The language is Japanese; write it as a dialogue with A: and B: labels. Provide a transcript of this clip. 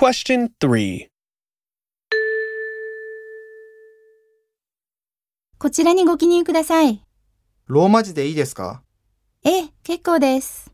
A: Question 3.
B: こちらにご記入ください。
C: ローマ字でいいですか
B: ええ、結構です。